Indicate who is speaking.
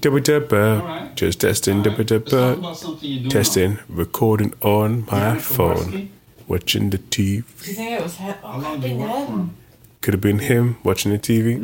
Speaker 1: Dubba dubba.
Speaker 2: Alright.
Speaker 1: Just testing. Dubba
Speaker 2: Let's talk
Speaker 1: dubba.
Speaker 2: about something you're doing.
Speaker 1: Testing. Recording on my
Speaker 2: Yannick Kowarski?
Speaker 1: phone. Watching the TV.
Speaker 3: Do you think it was him?
Speaker 2: How
Speaker 3: Oh,
Speaker 2: long
Speaker 3: could
Speaker 2: do you
Speaker 3: been
Speaker 2: work for
Speaker 3: him.
Speaker 2: him?
Speaker 1: Could have been him watching the TV.